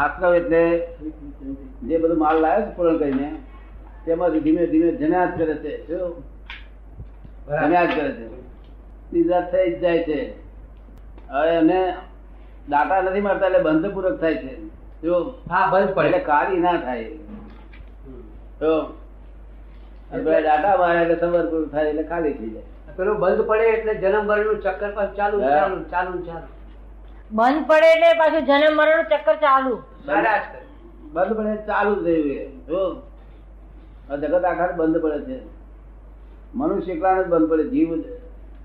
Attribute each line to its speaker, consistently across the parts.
Speaker 1: આશ્રમ એટલે જે બધું માલ લાવ્યો છે પૂરણ કરીને તેમાંથી ધીમે ધીમે જન્યાત કરે છે શું જન્યાત કરે છે ત્રીજા થઈ જ જાય છે હવે એને દાટા નથી મળતા એટલે બંધપૂર્વક થાય છે જો
Speaker 2: હા બંધ પડે
Speaker 1: એટલે કાળી ના થાય જો અને પેલા દાટા મારે એટલે સમર્પણ થાય એટલે ખાલી થઈ જાય
Speaker 2: પેલું બંધ પડે એટલે જન્મ મરણનું ચક્કર પાછું ચાલુ ને
Speaker 1: હા.
Speaker 2: ચાલુ ને ચાલુ ને ચાલુ
Speaker 3: બંધ પડે એટલે પાછું જન્મ મરણ ચક્કર ચાલુ
Speaker 2: સારા જ કરે.
Speaker 1: બંધ પડે ચાલુ જ રહ્યું એ જો આ જગત આખા બંધ પડે છે મનુષ્ય એકલાને જ બંધ પડે જીવ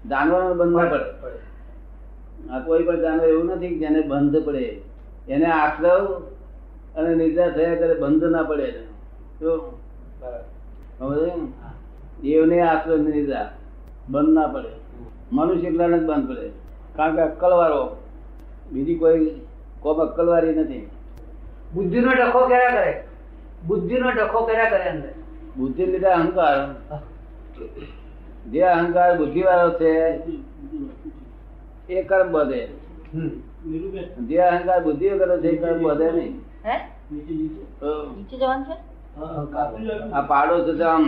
Speaker 1: જાનવર બંધ ના પડે
Speaker 2: પડે.
Speaker 1: આ કોઈ પણ જાનવર એવું નથી કે જેને બંધ પડે એને આશ્રવ અને નિદ્રા થયા કરે બંધ ના પડે એને. જો
Speaker 2: બરાબર.
Speaker 1: સમજે ને? દેવને આશ્રવ ને નિદ્રા બંધ ના પડે મનુષ્ય એકલાને જ બંધ પડે કારણ કે અક્કલવાળો બીજી કોઈ કોમ અક્કલવારી નથી
Speaker 2: બુદ્ધિનો ડખો કર્યા કરે બુદ્ધિનો ડખો કર્યા કરે અંદર
Speaker 1: બુદ્ધિ લીધે અહંકાર જે અહંકાર બુદ્ધિ વાળો છે એ કર્મ બધે
Speaker 2: હમ.
Speaker 1: જે અહંકાર બુદ્ધિ વગરનો છે એ કર્મ વધે નહીં
Speaker 3: હે
Speaker 1: તો
Speaker 3: નીચે જવાનું છે
Speaker 1: આ પાડો છે તો આમ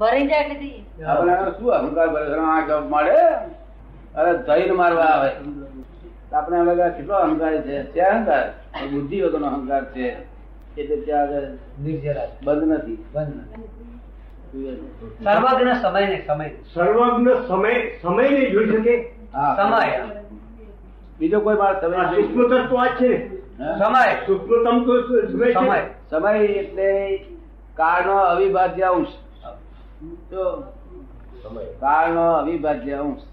Speaker 3: ભરાઈ જાય એટલે જઈએ
Speaker 1: આપણે આનો શું અહંકાર ભરે છે? આ જપ મળે અરે ધૈર્ય મારવા આવે તો આપણે હવે આ કેટલો અહંકાર છે છે અહંકાર એ બુદ્ધિ વગરનો અહંકાર છે એટલે ત્યાં આગળ
Speaker 2: નિર્જરા છે.
Speaker 1: બંધ નથી
Speaker 2: બંધ નથી. સર્વજ્ઞ સમય ને સમય
Speaker 4: સર્વજ્ઞ સમય સમય ને જોઈ શકે
Speaker 1: હા.
Speaker 2: સમય
Speaker 1: બીજો કોઈ માણસ તમે
Speaker 4: આ સૂક્ષ્મ તત્વ આ જ છે ને
Speaker 1: હા?
Speaker 2: સમય
Speaker 4: સૂક્ષ્મતમ તો સમય છે
Speaker 2: સમય
Speaker 4: ને.
Speaker 1: સમય એટલે કાળનો અવિભાજ્ય અંશ તો કાળનો અવિભાજ્ય અંશ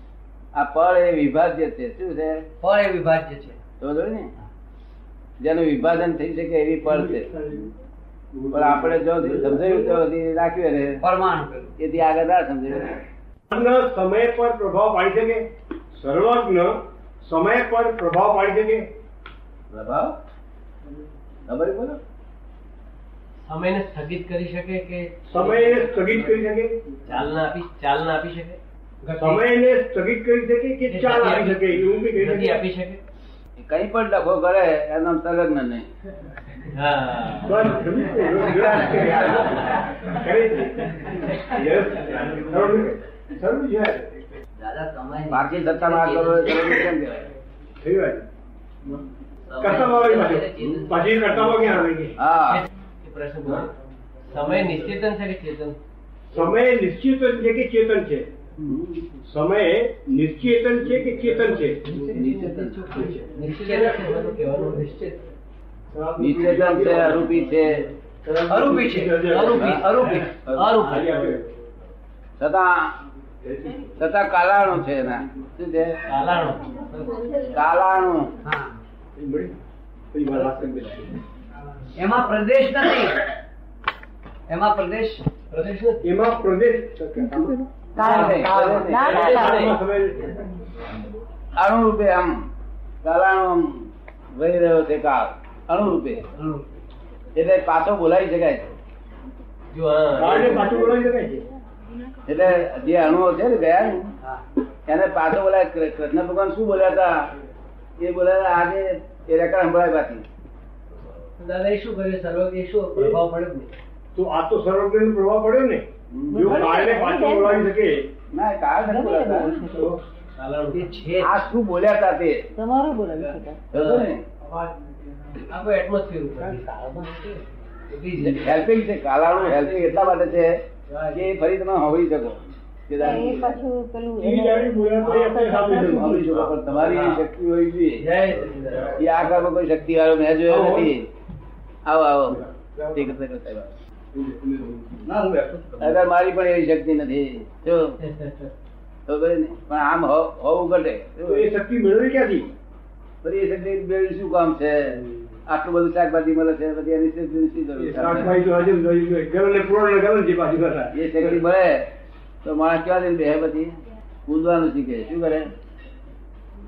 Speaker 1: આ પળ એ વિભાજ્ય છે શું છે
Speaker 2: ફળ એ વિભાજ્ય છે
Speaker 1: સમજ પડી ને જેનું વિભાજન થઈ શકે એવી પળ છે પણ આપણે જો સમજાયું તો હજી રાખ્યું ને
Speaker 2: પરમાણુ પેલું.
Speaker 1: એથી આગળ ના સમજાયું
Speaker 4: સર્વજ્ઞ સમય પર પ્રભાવ પાડી શકે સર્વજ્ઞ સમય પર પ્રભાવ પાડી શકે
Speaker 1: પ્રભાવ ખબર છે બોલો
Speaker 5: સમયને સ્થગિત કરી શકે કે
Speaker 4: સમયને સ્થગિત કરી શકે
Speaker 5: ચાલના આપી ચાલના આપી શકે
Speaker 4: સમયને સ્થગિત કરી શકે કે ચાલ આવી શકે એવું બી કહી
Speaker 5: ગતિ
Speaker 4: શકે
Speaker 5: આપી શકે
Speaker 1: કઈ પણ ડખો કરે એનું નામ સંલગ્ન નહીં
Speaker 5: હા
Speaker 4: બસ સર્વ
Speaker 2: દાદા સમય
Speaker 1: બાકી સત્તામાં આ કરો એ કરો એ કેમ કહેવાય
Speaker 4: થઈ વાત કરતા પાછી કરતા ક્યાં આવે છે
Speaker 1: હા
Speaker 5: એ પ્રશ્ન પૂછો. સમય નિશ્ચેતન છે કે ચેતન
Speaker 4: સમય નિશ્ચેતન છે કે ચેતન છે સમય નિશ્ચેતન છે કે ચેતન છે
Speaker 5: નિશ્ચેતન છે મારું કહેવાનું નિશ્ચેત
Speaker 1: નિશ્ચેતન છે અરૂપી છે
Speaker 2: અરૂપી છે અરૂપી અરૂપી અરૂપી
Speaker 1: છતાં છતાં કાલાણું છે એના શું છે
Speaker 5: કાલાણું
Speaker 1: કાલાણું
Speaker 2: હા
Speaker 4: પેલી વાર વાત કરી દે.
Speaker 2: એમાં પ્રદેશ નથી એમાં પ્રદેશ
Speaker 5: પ્રદેશ નથી.
Speaker 4: એમાં પ્રદેશ
Speaker 3: ના, ના, ના, ના, ના.
Speaker 4: એમાં સમય
Speaker 1: અણુરૂપે આમ કાલાણું આમ વહી રહ્યો છે કાળ અણુરૂપે એટલે પાછો બોલાવી શકાય છે
Speaker 5: જો આ-
Speaker 4: કાળને પાછું બોલાવી શકાય છે
Speaker 1: એટલે જે અણુઓ છે ને ગયા ને,
Speaker 2: હા
Speaker 1: એને પાછો બોલાય કૃ- કૃષ્ણ ભગવાન શું બોલ્યા હતા એ બોલ્યા આજે એ રેકર્ડ સંભળાય બાકી
Speaker 5: દાદા એ શું કર્યું સર્વજ્ઞ શું પ્રભાવ પડે જ નહીં.
Speaker 4: તો આ તો સર્વજ્ઞનો પ્રભાવ પડ્યો ને જો કાળને પાછું બોલાવી શકે
Speaker 1: ના એ કાળ નથી બોલાતા
Speaker 4: તો
Speaker 5: કાલાણું.
Speaker 2: એ છે જ.
Speaker 1: આ શું બોલ્યા હતા તે
Speaker 3: તમારું બોલાવી શકાય
Speaker 1: ખબર ને?
Speaker 5: આ કોઈ atmosphere ઉપર
Speaker 1: હેલ્પિંગ છે કાલાણું હેલ્પિંગ એટલા માટે છે કે એ ફરી તમે હોવી શકો કે
Speaker 3: એ
Speaker 1: દાદા,
Speaker 3: પાછું પેલું
Speaker 4: એ જ્યારે બોલ્યા તો એ આપણે સાંભળી શકીએ.
Speaker 1: હોવી શકો પણ તમારી એવી શક્તિ હોવી જોઈએ
Speaker 5: જય સચિદાનંદ.
Speaker 1: એ આ કાળમાં કોઈ શક્તિ વાળો મેં જોયો નથી આવો આવો તે કરતા કરતા આવો. અગર મારી પણ એવી શક્તિ નથી જો તો ભાઈ ને, પણ આમ હો- હોવું ઘટે
Speaker 4: તો એ શક્તિ મેળવી ક્યાંથી
Speaker 1: ફરી એ શક્તિ મેળવી શું કામ છે આટલું બધું શાકભાજી મળે છે પછી એની શક્તિની શું જરૂર છે આપણે?
Speaker 4: શાકભાજી તો હજુ જોઈ જોઈ. ગરમ ને પૂરણ ને ગરમ છે પાછી કરતા
Speaker 1: એ શક્તિ મળે તો માણસ કેવા દઈને બેસે પછી કૂદવાનું શીખે શું કરે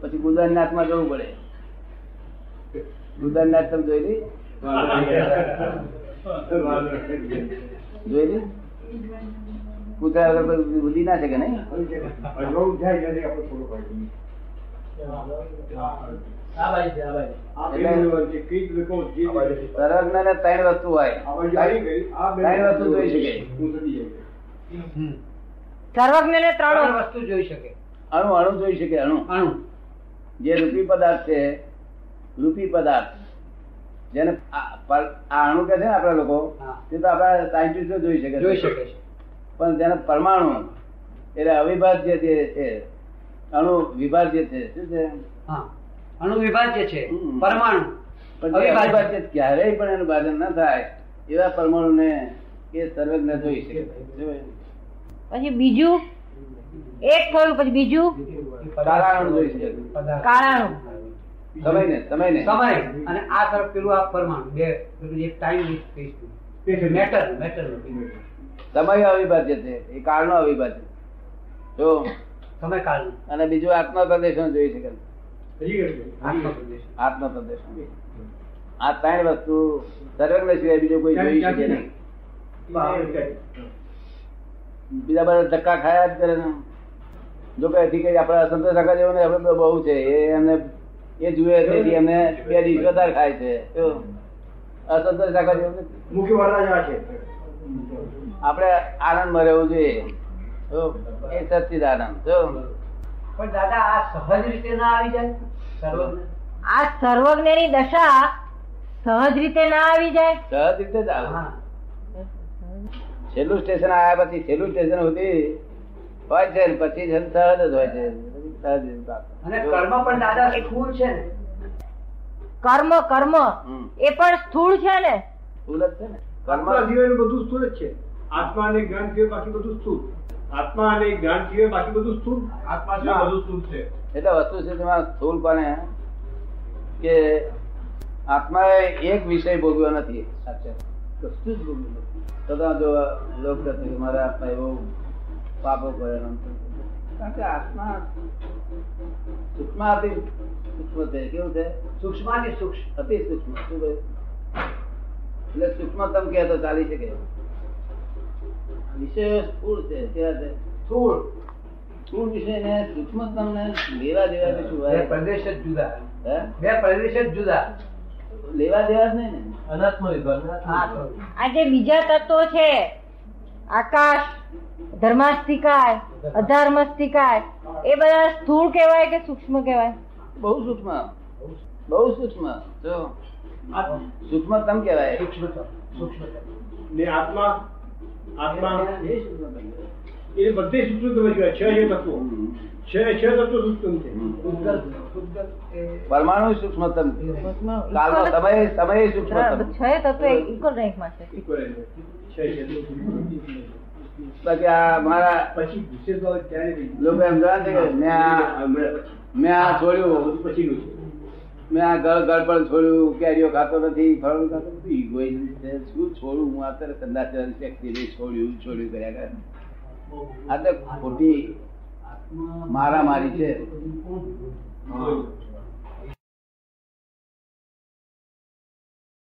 Speaker 1: પછી કૂદવાની નાથમાં જવું પડે કૂદવાની નાથ તમે જોઈ લી જોઈ લી કૂતરા વગર કોઈ ઉડી ના શકે નહીં
Speaker 4: અજવાળું થાય ત્યારે આપણે થોડું પાડીએ.
Speaker 5: આ બાજુ છે, આ બાજુ.
Speaker 4: આ બે number છે કઈ જ લોકો જે રીતે.
Speaker 1: સર્વજ્ઞ ને ત્રણ વસ્તુ હોય
Speaker 4: આ બાજુ આવી ગઈ, આ બે
Speaker 1: ત્રણ વસ્તુ
Speaker 4: number
Speaker 1: જોઈ
Speaker 4: છે.
Speaker 1: શકે
Speaker 4: હું સમજી ગયો.
Speaker 3: સર્વજ્ઞને ત્રણ
Speaker 2: ત્રણ વસ્તુ જોઈ શકે
Speaker 1: અણુ અણુ જોઈ શકે અણુ
Speaker 2: અણુ
Speaker 1: જે રૂપી પદાર્થ છે રૂપી પદાર્થ જેને આ પર- આ અણુ કે છે ને આપણા લોકો
Speaker 2: હા.
Speaker 1: તે તો આપણા સાયન્ટિસ્ટો જોઈ શકે છે.
Speaker 2: જોઈ શકે છે
Speaker 1: પણ જેને પરમાણુ એટલે અવિભાજ્ય જે છે અણુ વિભાજ્ય છે શું છે
Speaker 2: હા અણુ વિભાજ્ય છે
Speaker 1: હમ.
Speaker 2: પરમાણુ
Speaker 1: પણ જે
Speaker 2: અવિભાજ્ય.
Speaker 1: અવિભાજ્ય ક્યારેય પણ એનું ભાજન ના થાય એવા પરમાણુને એ સર્વજ્ઞ જોઈ શકે છે. જોવે.
Speaker 3: પછી બીજું એક થયું પછી બીજું
Speaker 1: કાળા અણુ જોઈ શકે છે.
Speaker 3: કાળાનું
Speaker 1: સમયને સમયને
Speaker 2: સમય અને આ તરફ પેલું આ પરમાણુ બે પેલું એક ટાઈમ
Speaker 4: તે છે.
Speaker 2: મેટર મેટર
Speaker 1: સમય અવિભાજ્ય છે એ કાળનો અવિભાજ્ય જો
Speaker 2: સમય કાળ
Speaker 1: અને બીજું આત્મપ્રદેશન જોઈ શકે છે.
Speaker 4: હજી ગયું.
Speaker 1: આત્મપ્રદેશન આ ત્રણ વસ્તુ સર્વજ્ઞ સિવાય બીજો કોઈ જોઈ શકે નહીં બીજા બધા ધક્કા ખાયા જ કરે ને જો કે હજી કઈ આપણા સંતોષ રાખવા જેવું નહીં, આપણે તો બહુ છે એ એમને એ જુએ તેથી એમને બે દિવસ વધારે ખાય છે જો, અસંતોષ રાખવા જેવું નથી.
Speaker 4: મુખ્ય વાળા જ આ છે
Speaker 1: આપણે આનંદમાં રહેવું જોઈએ જો, એ સચ્ચિદ આનંદ જો
Speaker 2: પણ દાદા આ સહજ રીતે ના આવી જાય સર્વ
Speaker 3: આ સર્વજ્ઞની દશા સહજ રીતે ના આવી જાય
Speaker 1: સહજ રીતે જ આવે
Speaker 2: હા
Speaker 1: છેલ્લું સ્ટેશન આવ્યા પછી છેલ્લું સ્ટેશન સુધી હોય છે ને પછી છે ને સહજ જ હોય છે સહજ રીતે પ્રાપ્ત.
Speaker 2: અને કર્મ પણ દાદા સ્થૂળ છે ને
Speaker 3: કર્મ કર્મ
Speaker 1: હમ.
Speaker 3: એ પણ સ્થૂળ છે ને
Speaker 1: સ્થૂલ જ છે ને
Speaker 4: આત્મા
Speaker 1: કર્મ
Speaker 4: સિવાયનું બધું સ્થૂળ જ છે આત્મા અને જ્ઞાન સિવાય બાકી બધું સ્થૂળ આત્મા અને જ્ઞાન સિવાય બાકી બધું સ્થૂળ આત્મા સિવાય
Speaker 1: ના.
Speaker 4: બધું સ્થૂળ છે
Speaker 1: એટલે વસ્તુ છે તેમાં સ્થૂલ પણ કે આત્માએ એક વિષય ભોગવ્યો નથી સાચે કશું જ ભોગવ્યું નથી છતાં જો લોક કહે છે કે મારા આત્મા એવો પાપો કર્યો ને આમ તેમ. કારણ કે આત્મા સૂક્ષ્મા અતિ સૂક્ષ્મ છે કેવું છે
Speaker 2: સૂક્ષ્માથી સૂક્ષ્મ
Speaker 1: અતિ સૂક્ષ્મ શું કહ્યું? એટલે સૂક્ષ્મતમ કહે તો ચાલી શકે વિષય સ્થૂળ છે કેવા છે
Speaker 2: સ્થૂળ
Speaker 1: સ્થૂળ વિષયને સૂક્ષ્મતમ ને લેવા દેવા તો શું
Speaker 2: બે
Speaker 1: હોય?
Speaker 2: પ્રદેશ જ જુદા
Speaker 1: હે?
Speaker 2: બે પ્રદેશ જ જુદા
Speaker 1: લેવા દેવા જ નહીં ને
Speaker 5: અનાત્મ વિભાગ અનાત્મ
Speaker 2: હા
Speaker 5: વિભાગ.
Speaker 2: તો.
Speaker 3: આ જે બીજા તત્વો છે આકાશ ધર્માસ્તિકાય અધર્મસ્તિકાય એ બધા સ્થૂળ કહેવાય કે સૂક્ષ્મ કહેવાય
Speaker 1: બહુ સૂક્ષ્મ બહુ સૂક્ષ્મ જો
Speaker 4: આ-
Speaker 1: સૂક્ષ્મતમ કહેવાય
Speaker 2: સૂક્ષ્મતમ સૂક્ષ્મતમ
Speaker 4: ને આત્મા આત્મા
Speaker 1: એ સૂક્ષ્મતમ કહેવાય.
Speaker 4: એ બધે સૂક્ષ્મ છે છ છે તત્વો
Speaker 1: હમ.
Speaker 4: છે છે તત્વો સૂક્ષ્મ છે
Speaker 2: ઉદ્ગલ ઉદ્ગલ એ
Speaker 1: પરમાણુ સૂક્ષ્મતમ કાલનો સમય સમય સૂક્ષ્મતમ
Speaker 3: છ તત્વો ઇક્વલ રેન્કમાં છે
Speaker 4: Equivalent છે છે તત્વો.
Speaker 1: બાકી આ મારા
Speaker 4: પછી વિશેષ બાબત ક્યારે થઈ?
Speaker 1: લોકો એમ જાણે છે કે મેં આ
Speaker 4: આ મળ્યા પછી.
Speaker 1: મેં આ છોડ્યું
Speaker 4: બધું પછીનું છે.
Speaker 1: મેં આ ઘર ઘર પણ છોડ્યું કેરીઓ ખાતો નથી ફળ ખાતો નથી egoism છે. શું છોડું હું અત્યારે સંદાસ જવાની શક્તિ નહીં. છોડ્યું છોડ્યું કર્યા કરે આ તો ખોટી મારામારી છે
Speaker 4: હા.